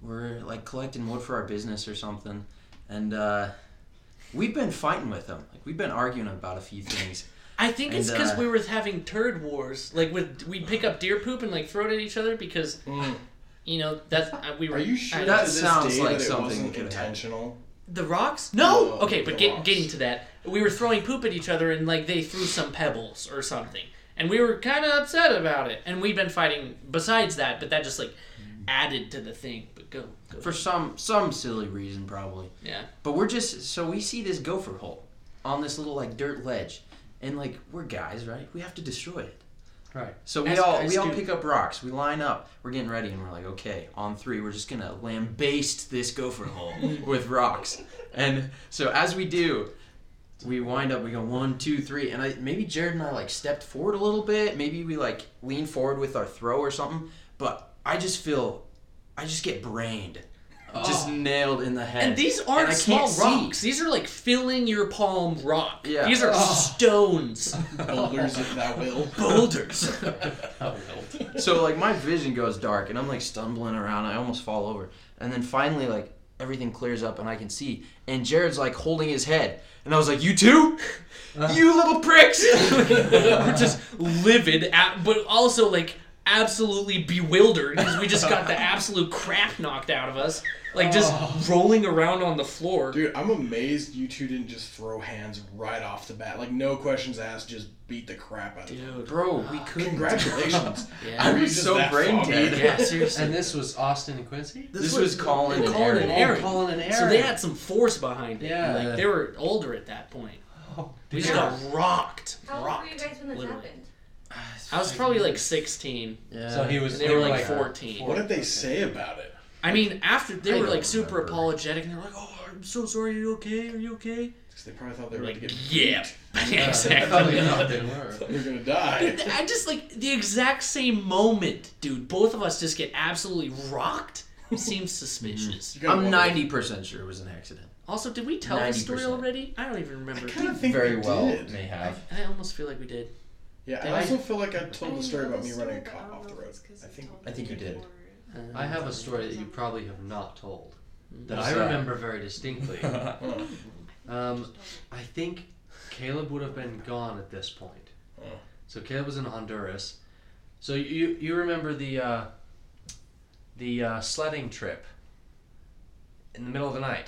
C: We're like collecting wood for our business or something, and uh, we've been fighting with him. Like we've been arguing about a few things.
D: I think it's
C: And,
D: because
C: uh,
D: we were having turd wars. Like with we'd pick up deer poop and like throw it at each other because
B: Mm.
D: you know that's uh, we were.
B: Are you sure
D: I-
B: to
C: That
B: this
C: sounds
B: day
C: like
B: that it
C: something we
B: wasn't
C: could've had.
B: intentional?
D: the rocks? No.
B: No,
D: okay, but
B: the
D: get,
B: rocks.
D: getting to that, we were throwing poop at each other and like they threw some pebbles or something, and we were kind of upset about it. And we've been fighting besides that, but that just like added to the thing. But go, go.
C: For some some silly reason, probably.
D: yeah.
C: But we're just so we see this gopher hole on this little like dirt ledge, and like we're guys, right? We have to destroy it.
A: Right.
C: So we
D: As
C: all
D: guys
C: we all
D: do.
C: pick up rocks. We line up. We're getting ready, and we're like, okay, on three, we're just gonna lambaste this gopher hole with rocks. And so as we do, we wind up. We go one, two, three, and I maybe Jared and I like stepped forward a little bit. Maybe we like lean forward with our throw or something. But I just feel, I just get brained, just nailed in the head.
D: Oh. And these
C: And
D: aren't
C: I
D: small
C: can't see.
D: rocks. These are like filling your palm rock.
C: Yeah.
D: These are stones,
B: Boulders if that will.
D: boulders.
A: Oh, well.
C: so like my vision goes dark and I'm like stumbling around. I almost fall over. And then finally like everything clears up and I can see. And Jared's like holding his head. And I was like, "You too? You little pricks!"
D: We're just livid, at, but also like absolutely bewildered because we just got the absolute crap knocked out of us. Like just
A: Oh.
D: rolling around on the floor.
B: Dude, I'm amazed you two didn't just throw hands right off the bat. Like, no questions asked, just beat the crap out of them.
D: Dude.
C: Bro, we couldn't.
B: Congratulations.
D: Yeah.
C: I
B: Were you
C: was
B: just
C: so
B: that
C: brain
B: foggy?
C: dead. Yeah, seriously.
A: and this was Austin and Quincy.
C: This, was, Colin and Aaron.
D: and Aaron.
A: Colin and Aaron.
D: So they had some force behind it.
A: Yeah.
D: Like they were older at that point.
A: Oh,
D: We just
A: dear.
D: got rocked.
E: How old were you
D: Rocked.
E: guys when this
D: Literally.
E: happened?
D: I was probably like 16.
C: Ah, Yeah.
A: So he was.
D: They were like 14.
B: What did they say about it?
D: I mean, after they
C: I
D: were
C: don't
D: like super
C: remember.
D: apologetic, and they were like, "Oh, I'm so sorry. Are you okay? Are you okay?"
B: Because they probably thought they
D: They're
B: were
D: like,
B: going to get.
D: "Yeah,
A: Yeah,
D: exactly."
A: Uh, Probably not. They were.
B: They're going to die.
D: Dude, th- I just like the exact same moment, dude. Both of us just get absolutely rocked. Seems suspicious.
B: You gotta
C: I'm
B: wonder.
C: 90% sure it was an accident.
A: Mm-hmm.
D: Also, did we tell this story
C: 90%.
D: already? I don't even remember.
B: I kind of think
C: Very
B: we
C: well
B: did.
C: may
D: I,
C: have.
D: I almost feel like we did.
B: Yeah,
D: Did
B: I
D: I-
B: also feel like I
G: I
B: told the
G: didn't
B: story
G: know
B: about me
G: this
B: running a
G: story, but
B: cop
G: don't
B: off
G: know
B: the
G: if
B: road.
G: it's 'cause
B: I
G: you
B: think-
G: told
C: I
G: me
C: think you did.
G: before.
D: Uh,
A: I have a story that you probably have not told that
C: What's
A: I
C: that?
A: remember very distinctly.
B: Oh.
A: Um, I think Caleb would have been gone at this point.
B: Oh.
A: So Caleb was in Honduras. So you you remember the uh, the uh, sledding trip in the middle of the night?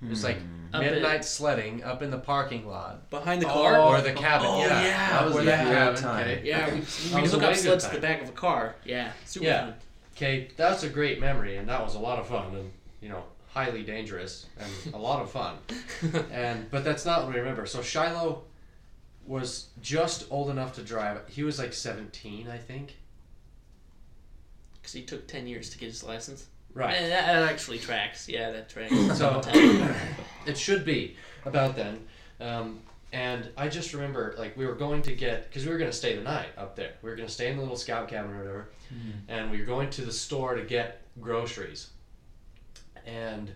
A: It was like
D: Up in-
A: midnight sledding up in the parking lot
D: Hmm. behind the
A: or the cabin.
D: Oh,
A: yeah,
D: yeah.
A: that was
C: Or
A: the
C: that
A: cabin.
C: time.
A: Okay.
D: Yeah, we, we
A: was
D: hook
A: away
D: up
A: good
D: sleds to
A: time.
D: the back of a car. Yeah, super
A: Yeah.
D: fun.
A: Okay, that's a great memory, and that was a lot of fun, and you know, highly dangerous and a lot of fun. and but that's not what we remember. So Shiloh was just old enough to drive. He was like 17, I think.
D: Because he took 10 years to get his license.
A: Right.
D: And that, that actually tracks. Yeah, that tracks.
A: So it should be about then. Um, and I just remember like we were going to get because we were going to stay the night up there. We were going to stay in the little scout cabin or whatever, and we were going to the store to get groceries. And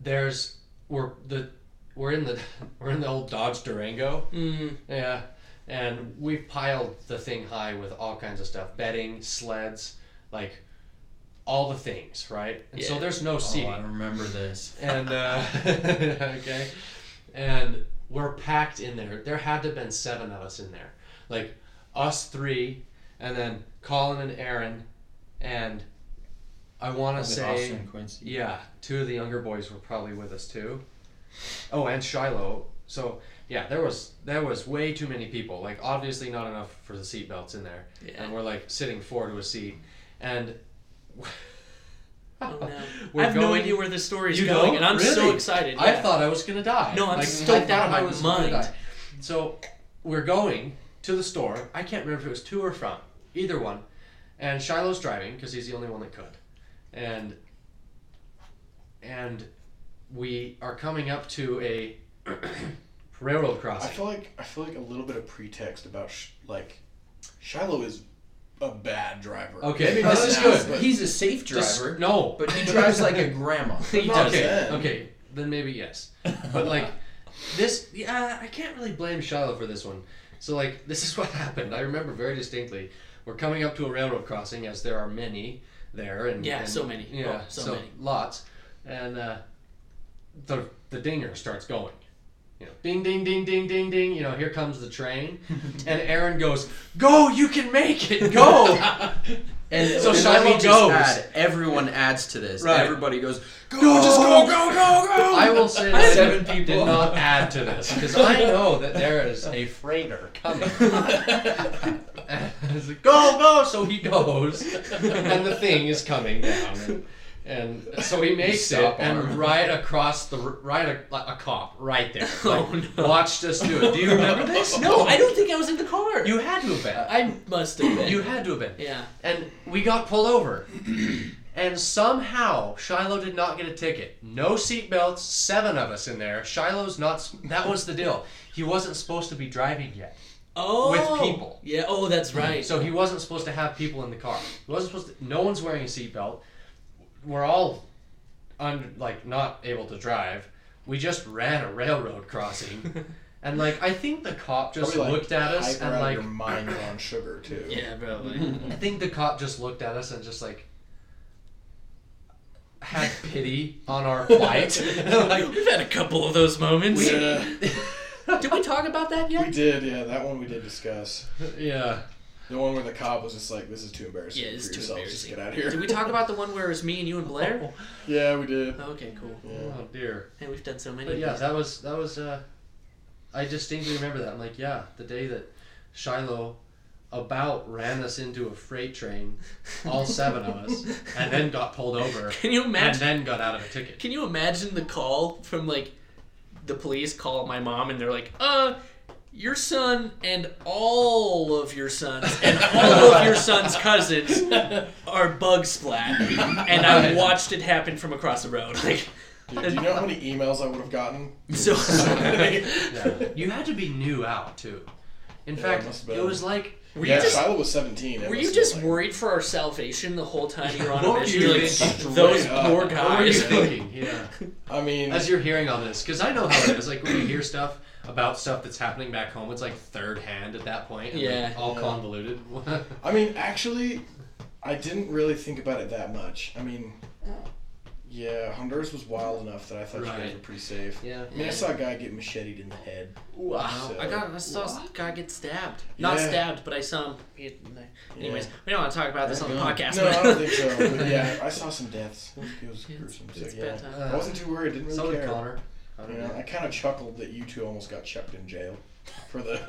A: there's we're the we're in the we're in the old Dodge Durango.
D: Mm,
A: Yeah, and we've piled the thing high with all kinds of stuff: bedding, sleds, like all the things, right? And so
D: Yeah.
A: there's no
C: Oh,
A: seating.
C: I remember this.
A: and uh, okay, and we're packed in there. There had to have been seven of us in there, like us three, and then Colin and Aaron, and I want to say
C: Austin Quincy.
A: yeah, two of the younger boys were probably with us too. Oh, and Shiloh. So yeah, there was there was way too many people. Like obviously not enough for the seatbelts in there,
D: Yeah.
A: and we're like sitting four to a seat, and.
D: Oh, no.
A: We're
D: I have no
A: going-
D: idea where this story is
A: You
D: going,
A: don't?
D: and I'm so
A: Really?
D: excited.
A: I
D: yeah.
A: thought I was gonna die.
D: No, I'm
A: Like, I
D: stoked
A: thought
D: out of
A: I
D: my
A: was gonna
D: mind.
A: die. So we're going to the store. I can't remember if it was to or from, either one. And Shiloh's driving because he's the only one that could. And and we are coming up to a railroad
B: I
A: crossing.
B: feel like I feel like a little bit of pretext about sh- like Shiloh is a bad driver.
A: Okay,
C: Oh,
B: Maybe
A: this
B: not
A: is
B: now,
A: good.
B: but-
C: He's a safe driver,
A: Just- no,
C: but he drives like a grandma.
D: He
B: Not
D: does.
A: okay,
B: then.
A: okay, then maybe yes. But like this, yeah, I can't really blame Shiloh for this one. So like this is what happened. I remember very distinctly. We're coming up to a railroad crossing, as there are many there, and
D: Yeah,
A: and-
D: so many.
A: yeah,
D: Oh, so many.
A: lots, and uh, the the dinger starts going. You know, ding, ding, ding, ding, ding, ding. You know, here comes the train, and Aaron goes, "Go, you can make it, go!"
C: And
A: So
C: and let me
A: Shiloh
C: just
A: goes.
C: Add, everyone adds to this.
A: Right.
C: Everybody goes, go,
A: Go!
C: just go, go, go, go.
A: I will say that
C: Seven
A: I
C: people.
A: did not add to this because I know that there is a freighter coming. And it's like, go, go! So he goes, and the thing is coming down. And, and so he makes it,
B: Stop
A: and
B: arm.
A: right across the r- right a, like a cop right there like,
D: Oh, no.
A: watched us do it. Do you remember this?
D: No, I don't think I was in the car.
A: You had to have been.
D: I must have been.
A: You had to have been.
D: yeah.
A: And we got pulled over. and somehow Shiloh did not get a ticket. No seatbelts, seven of us in there. Shiloh's not. s- That was the deal. He wasn't supposed to be driving yet.
D: Oh.
A: people. Mm-hmm.
D: Yeah. Oh, that's right.
A: So he wasn't supposed to have people in the car. He wasn't supposed to. No one's wearing a seatbelt. We're all, un, like, not able to drive. We just ran a railroad crossing. And like I think the cop just
B: Probably, like,
A: looked at us
B: hyper
A: and
B: out of
A: like
B: your mind on sugar too.
D: yeah, probably.
A: I think the cop just looked at us and just like had pity on our plight. like,
D: We've had a couple of those moments.
B: Yeah,
D: Did we talk about that yet?
B: uh, we did. Yeah, that one we did discuss.
A: yeah.
B: The one where the cop was just like, "This is too embarrassing
D: Yeah, this
B: for
D: is too
B: yourself. Just
D: embarrassing."
B: get out of here."
D: Did we talk about the one where it was me and you and Blair?
B: yeah, we did.
D: Okay, cool.
B: Yeah.
A: Oh dear.
D: Hey, we've done so many.
A: But
D: of
A: yeah,
D: these.
A: that was that was. Uh, I distinctly remember that. I'm like, yeah, the day that Shiloh about ran us into a freight train, all seven of us, and then got pulled over,
D: Can you
A: and
D: imagine?
A: then got out of a ticket.
D: Can you imagine the call from like the police call my mom and they're like, uh, your son and all of your sons and all of your son's cousins are bug splat, and I
A: Right.
D: watched it happen from across the road. Like,
B: Dude, do you know how many emails I would have gotten?
D: so
A: Yeah. You had to be new out too. In
B: Yeah, it must
A: fact,
B: have been.
A: it was like
D: were
B: yeah,
D: you just
B: Shiloh was 17. It
D: were
B: must
D: you
B: have
D: just
B: been, like,
D: worried for our salvation the whole time you were on
A: What
D: a
A: were
D: mission?
A: you
D: You're like,
A: thinking?
D: those
B: Straight up.
D: poor
B: What
A: What were you
D: guys.
A: thinking? Yeah.
B: I mean,
A: As you're hearing all this, because I know how it is. Like when you hear stuff about stuff that's happening back home, it's like third hand at that point. And
D: Yeah.
A: Like all
B: Yeah.
A: convoluted.
B: I mean, actually, I didn't really think about it that much. I mean,
D: Oh.
B: yeah, Honduras was wild enough that I thought you guys
A: Right.
B: were pretty safe.
A: yeah.
B: I mean, I saw a guy get macheted in the head.
D: Wow.
B: So-
D: I got I saw a guy get stabbed. Not
B: Yeah.
D: stabbed, but I saw him. He, anyways,
B: Yeah.
D: we don't want to talk about this on the podcast.
B: No, I
D: but-
B: don't think so. But yeah, I saw some deaths. It was, it was
D: It's-
B: gruesome. So
D: it's
B: yeah,
D: bedtime.
B: I wasn't too worried. Didn't really
A: so did
B: care.
A: Connor. I
B: You
A: don't
B: know,
A: know.
B: I kind of chuckled that you two almost got chucked in jail for the. At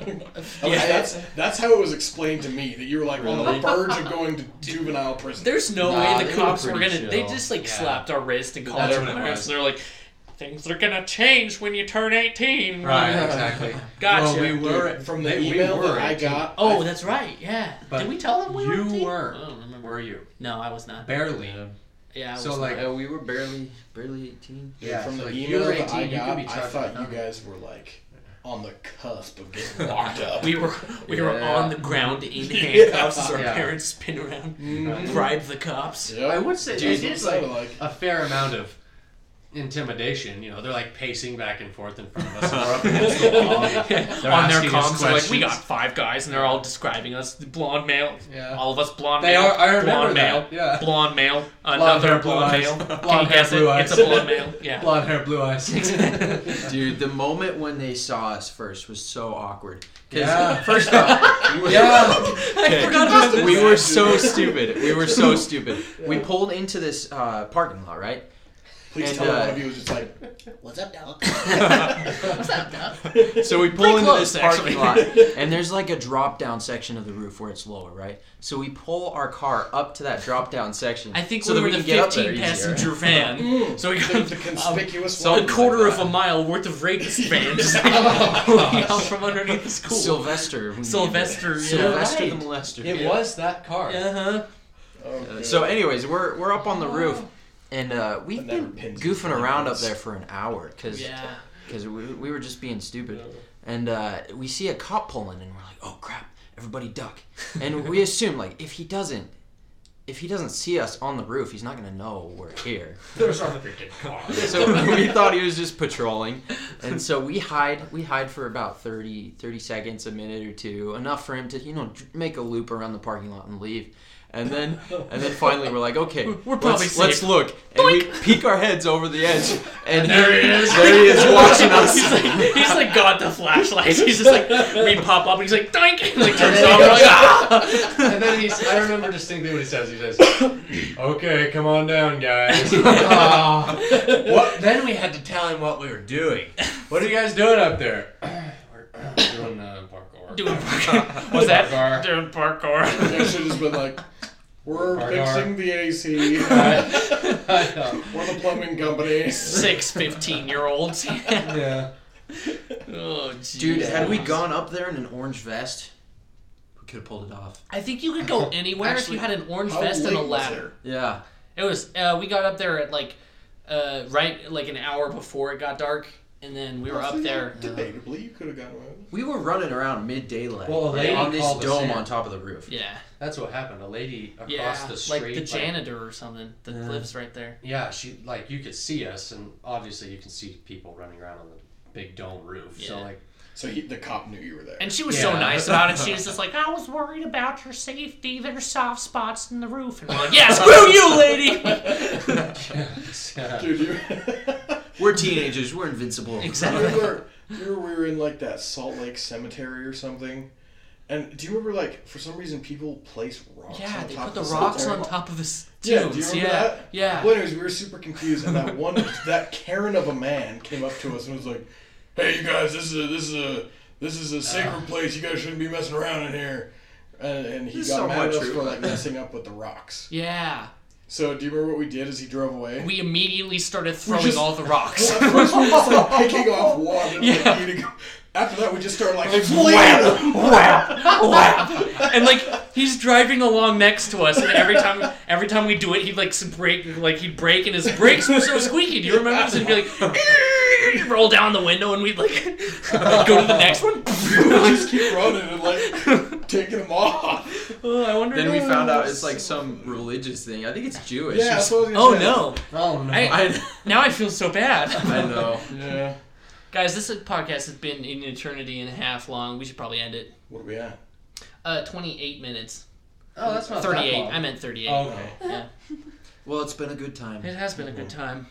D: Yeah.
B: least that's that's how it was explained to me that you were like on
A: Really?
B: the verge of going to juvenile prison.
D: There's no
A: Nah,
D: way the
A: they
D: cops
A: were
D: were gonna.
A: pretty
D: They
A: chill.
D: just like
A: Yeah.
D: slapped our wrist and called
A: That's
D: our
A: what it
D: parents.
A: was.
D: They're like, things are gonna change when you turn 18.
A: Right. Exactly.
D: Gotcha.
A: Well, we were
B: Dude, from the
A: they- we
B: email
A: were
B: that I
A: 18.
B: got.
D: Oh,
B: I-
D: that's right. Yeah.
A: But
D: Did we tell them we were?
A: you
D: 18?
A: weren't.
D: I don't remember.
A: Were you?
D: No, I was not.
A: Barely.
D: Yeah. I
A: So
D: was
A: like.
F: Uh, we were barely barely 18.
B: dude,
A: yeah,
B: from
A: so
B: the
A: like, you
B: email
A: were
B: that I
A: 18, you could
B: got,
A: be
B: I
A: charged
B: thought
A: with
B: you guys were like on the cusp of getting
D: not.
B: locked up.
D: We were we were
F: Yeah.
D: on the ground in handcuffs as our
A: Yeah.
D: parents spin around,
B: Mhm.
D: bribe the cops.
B: Yep.
A: I would say
B: Dude,
A: they
B: that's
A: did
B: what it
A: like
B: sounded like.
A: a fair amount of intimidation. You know, they're like pacing back and forth in front of us. and we're up against the wall. They're
D: on their
A: asking us
D: comms, they're like, we
A: questions.
D: got five guys, and they're all describing us blonde male.
A: Yeah.
D: All of us blonde
A: They
D: male.
A: are- I remember
D: blonde
A: that,
D: male.
A: yeah.
D: Blonde male.
A: Blonde
D: Another
A: hair, blue
D: blonde
A: eyes.
D: male. Can
A: Blonde
D: you
A: hair,
D: guess it?
A: blue eyes.
D: It's a blonde male. Yeah.
A: Blonde hair, blue eyes.
C: Dude, the moment when they saw us first was so awkward. 'Cause
A: Yeah.
C: First off, we were,
A: Yeah.
C: I
B: forgot about this.
C: we were so stupid. We were so stupid. We pulled into this uh, parking lot, right?
B: Please
C: And,
B: tell me
C: uh,
B: one of you was just like, "What's up, dog?" Oh,
C: So we pull
D: Pretty
C: into
D: close,
C: this parking
D: actually.
C: lot, and there's like a drop down section of the roof where it's lower, right? So we pull our car up to that drop down section.
D: I think
C: so
D: we
C: that
D: were
C: we
D: the
C: can get up there
D: 15
C: easier.
D: passenger
A: Mm.
D: van, so we
B: the,
D: got
B: the conspicuous
C: so
B: one.
D: a quarter
B: Like
D: of a mile worth of rapist van just
A: Oh
D: hanging out from underneath the school.
C: Sylvester. we named it.
D: Sylvester, yeah.
C: Sylvester
A: Right.
C: the molester.
A: It was that car.
D: uh-huh.
B: that. Oh, good.
C: So, anyways, we're we're up on the roof, and uh, we've
B: never
C: been
B: pins
C: goofing
B: and
C: around up
B: needles.
C: there for an hour because
D: Yeah.
C: we, we were just being stupid, and uh, we see a cop pulling, and we're like, oh crap, everybody duck, and we assume like if he doesn't. If he doesn't see us on the roof, he's not gonna know we're here.
A: There's our freaking car.
C: So we thought he was just patrolling, and so we hide. We hide for about 30, 30 seconds, a minute or two, enough for him to you know dr- make a loop around the parking lot and leave. And then, and then finally, we're like, okay,
D: We're probably
C: let's, let's
D: safe.
C: look, and we peek our heads over the edge, and
D: There he is.
C: There he is watching us.
D: He's like, he's like got the flashlight. He's just like, we pop up and he's like, doink! And like turns
A: then
D: off.
A: he
D: We're like,
A: goes-
D: ah!
A: And then he's, I remember distinctly what he says. He says, okay, come on down, guys. what, then we had to tell him what we were doing. What are you guys doing up there? we're doing uh, parkour.
D: Doing parkour. Was that?
A: Parkour.
D: Doing
B: They
D: parkour.
B: should have just been like, "We're
A: Our
B: fixing the AC.
A: I know.
B: We're the plumbing company."
D: Six 15 year olds. oh,
A: Yeah.
D: jeez.
C: dude, had we gone up there in an orange vest, we could have pulled it off.
D: I think you could go anywhere
B: Actually,
D: if you had an orange
B: how
D: vest and a
B: late was it?
D: ladder.
C: Yeah,
D: It was. Uh, we got up there at like, uh, right like an hour before it got dark, and then we were up there.
B: Debatably, you could have gotten away. with
C: we were running around mid daylight
A: Well, a lady
C: on this
A: called us
C: dome
A: in.
C: on top of the roof.
D: Yeah,
A: That's what happened. A lady across
D: yeah,
A: the street.
D: like the janitor or something that
C: Yeah.
D: lives right there.
A: yeah, she like you could see us, and obviously you can see people running around on the big dome roof. So
D: Yeah.
A: like,
B: it. So he, the cop knew you were there.
D: And she was so
A: Yeah.
D: nice about it. She was just like, "I was worried about your safety. There's soft spots in the roof." And we're like, "Yeah, screw you, lady."
B: Dude, you,
C: We're teenagers. We're invincible.
B: I
D: exactly.
B: remember, do you remember we were in like that Salt Lake Cemetery or something? And do you remember like for some reason people place rocks?
D: Yeah,
B: on
D: they
B: top
D: put
B: of
D: the rocks
B: cemetery?
D: on top of his
B: Yeah, do you
D: tombs.
B: remember
D: Yeah,
B: that?
D: yeah.
B: Well, anyways, we were super confused, and that one, that Karen of a man came up to us and was like, "Hey, you guys, this is a, this is a, this is a sacred place. You guys shouldn't be messing around in here." And, and he
C: This is
B: got
C: somewhat
B: mad at us
C: true.
B: for like messing up with the rocks.
D: Yeah,
B: So, do you remember what we did as he drove away?
D: we immediately started throwing
B: just-
D: all the rocks.
B: Well, at first, we were just like picking off one. And
D: Yeah.
B: like, eating- after that, we just started like wham,
D: and like he's driving along next to us, and every time every time we do it, he'd like break, like he'd break, and his brakes were so squeaky. Do you remember? He'd just be like, "Eeeeeeeeeeeeeeeeeeeeeeeeeeeeeeeeeeeeeewww roll down the window, and we'd like go to the next one.
B: We just keep running and like taking them off.
D: oh, I wonder.
C: Then we found out it's like some religious thing. I think it's Jewish.
B: Yeah, that's what I was gonna
D: Oh
B: say.
D: no!
A: oh no.
D: I,
C: I,
D: now I feel so bad,
C: I know.
B: Yeah.
D: guys. This podcast has been an eternity and a half long. We should probably end it.
B: What are we at?
D: Uh, twenty-eight minutes.
A: oh, that's not That
D: Thirty-eight.
A: long.
D: I meant thirty-eight.
A: Oh, okay.
C: Well, it's been a good time.
D: It has been a good time.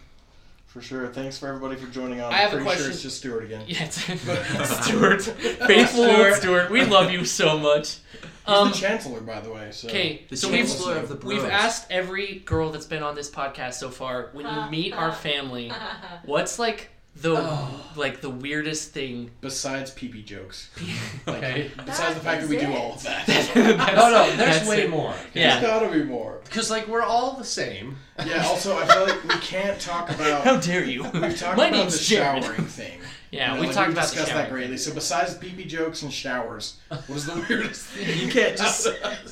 B: For sure. Thanks for everybody for joining on.
D: I have a
B: Pretty
D: question.
B: Sure it's just Stuart again.
D: Yeah, it's- Stuart, faithful Stuart.
A: Stuart.
D: Stuart, we love you so much.
B: He's
D: Um,
B: the chancellor, by the way. So.
D: okay,
C: The
D: so we've
C: chancellor of the bros.
D: we've asked every girl that's been on this podcast so far. When you meet our family, what's like the like the weirdest thing?
B: Besides peepee jokes.
A: Okay.
B: Besides the fact that we do all of that. There's
A: No, no.
D: That's
A: There's way
D: it.
A: more.
D: Yeah.
B: gotta be more.
A: Because like we're all the same.
B: Yeah. Also, I feel like we can't talk
D: How
B: about.
D: dare you?
B: We've talked
D: My
B: about
D: name's
B: the
D: Jared.
B: showering thing.
D: Yeah,
B: You know,
D: we
B: like,
D: talked about the
B: discussed
D: shower.
B: that greatly. So besides peepee jokes and showers, what is the weirdest thing?
C: You can't just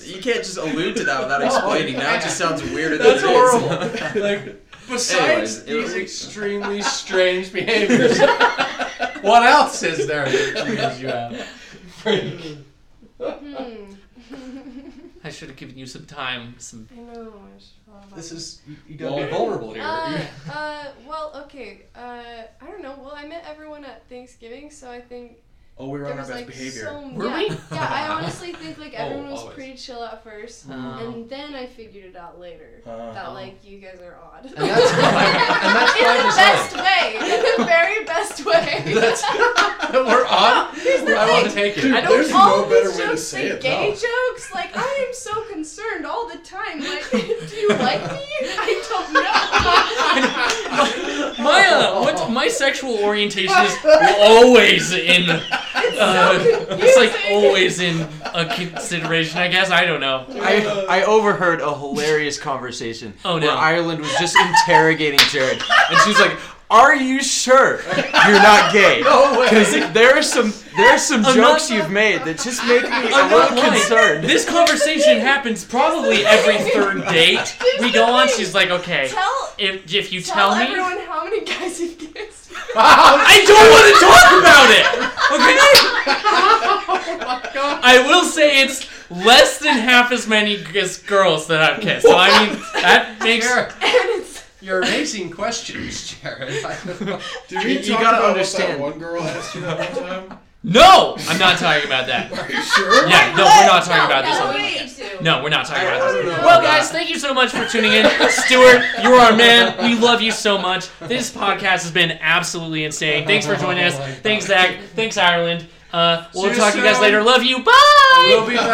C: you can't just allude to that without
A: Oh,
C: explaining. Now
A: yeah.
C: it just sounds weirder
A: That's
C: than it is.
A: horrible. like besides
C: Anyways, it was-
A: these extremely strange behaviors, what else is there that freaks you out?
G: Hmm.
D: I should have given you some time. Some
G: I know. I just thought about
A: This
G: it.
A: is you- you gotta
B: Well-
A: be vulnerable here.
G: Uh, uh, well, okay. Uh, I don't know. Well, I met everyone at Thanksgiving, so I think
B: Oh, we were
G: there
B: on our
G: was
B: best
G: like
B: behavior.
G: some.
D: Were
G: yeah,
D: we?
G: yeah. I honestly think like
A: Oh,
G: everyone was
A: always.
G: pretty chill at first,
A: Oh.
D: um,
G: and then I figured it out later
B: Uh,
G: that
D: Oh.
G: like you guys are odd.
A: And that's fine. And that's fine
G: in the
A: as
G: best way, in the very best way.
A: That's we're on.
G: Here's the
A: I want to
G: thing.
A: take
B: Dude,
G: I
A: it.
G: don't
B: There's
G: all
B: no
G: these
B: better way to
G: jokes,
B: say
G: the
B: it,
G: gay
B: no.
G: jokes. Like I am so concerned all the time. Like, do you like me? I don't know.
D: my uh, what, my sexual orientation is always in. Uh, it's like
G: confusing.
D: always in a consideration. I guess I don't know.
C: I, I overheard a hilarious conversation
D: Oh, no.
C: where Ireland was just interrogating Jared, and she's like, "Are you sure you're not gay?
A: No
C: Because there are some there are some
D: I'm not-
C: jokes you've made that just make me a
D: I'm not
C: little
D: lying.
C: concerned."
D: This conversation happens probably every third date. We go on. She's like, okay,
G: tell
D: if if you
G: tell,
D: tell me,
G: everyone how many guys you've kissed.
D: I don't want to talk about it. Okay. I will say it's less than half as many g- as girls that I've kissed. So I mean, that makes.
A: Jared,
G: and it's
A: you're raising questions, Jared. I don't know.
B: Did
C: You-
B: we
C: you
B: talk
C: gotta
B: about
C: understand.
B: what that one girl asked you that one time?
D: No, I'm not talking about that.
B: Are you sure?
D: Yeah, no, we're not talking about
E: No,
D: this.
E: we need to.
D: No, we're not talking
B: I
D: about
B: don't
D: this.
B: know.
D: Well, guys, thank you so much for tuning in. Stuart, you're our man. We love you so much. This podcast has been absolutely insane. Thanks for joining us.
A: Oh my God.
D: Thanks, Zach. Thanks, Ireland. Uh,
A: See
D: we'll
A: you
D: talk to you guys
A: soon.
D: later. Love you. Bye.
A: We'll be back.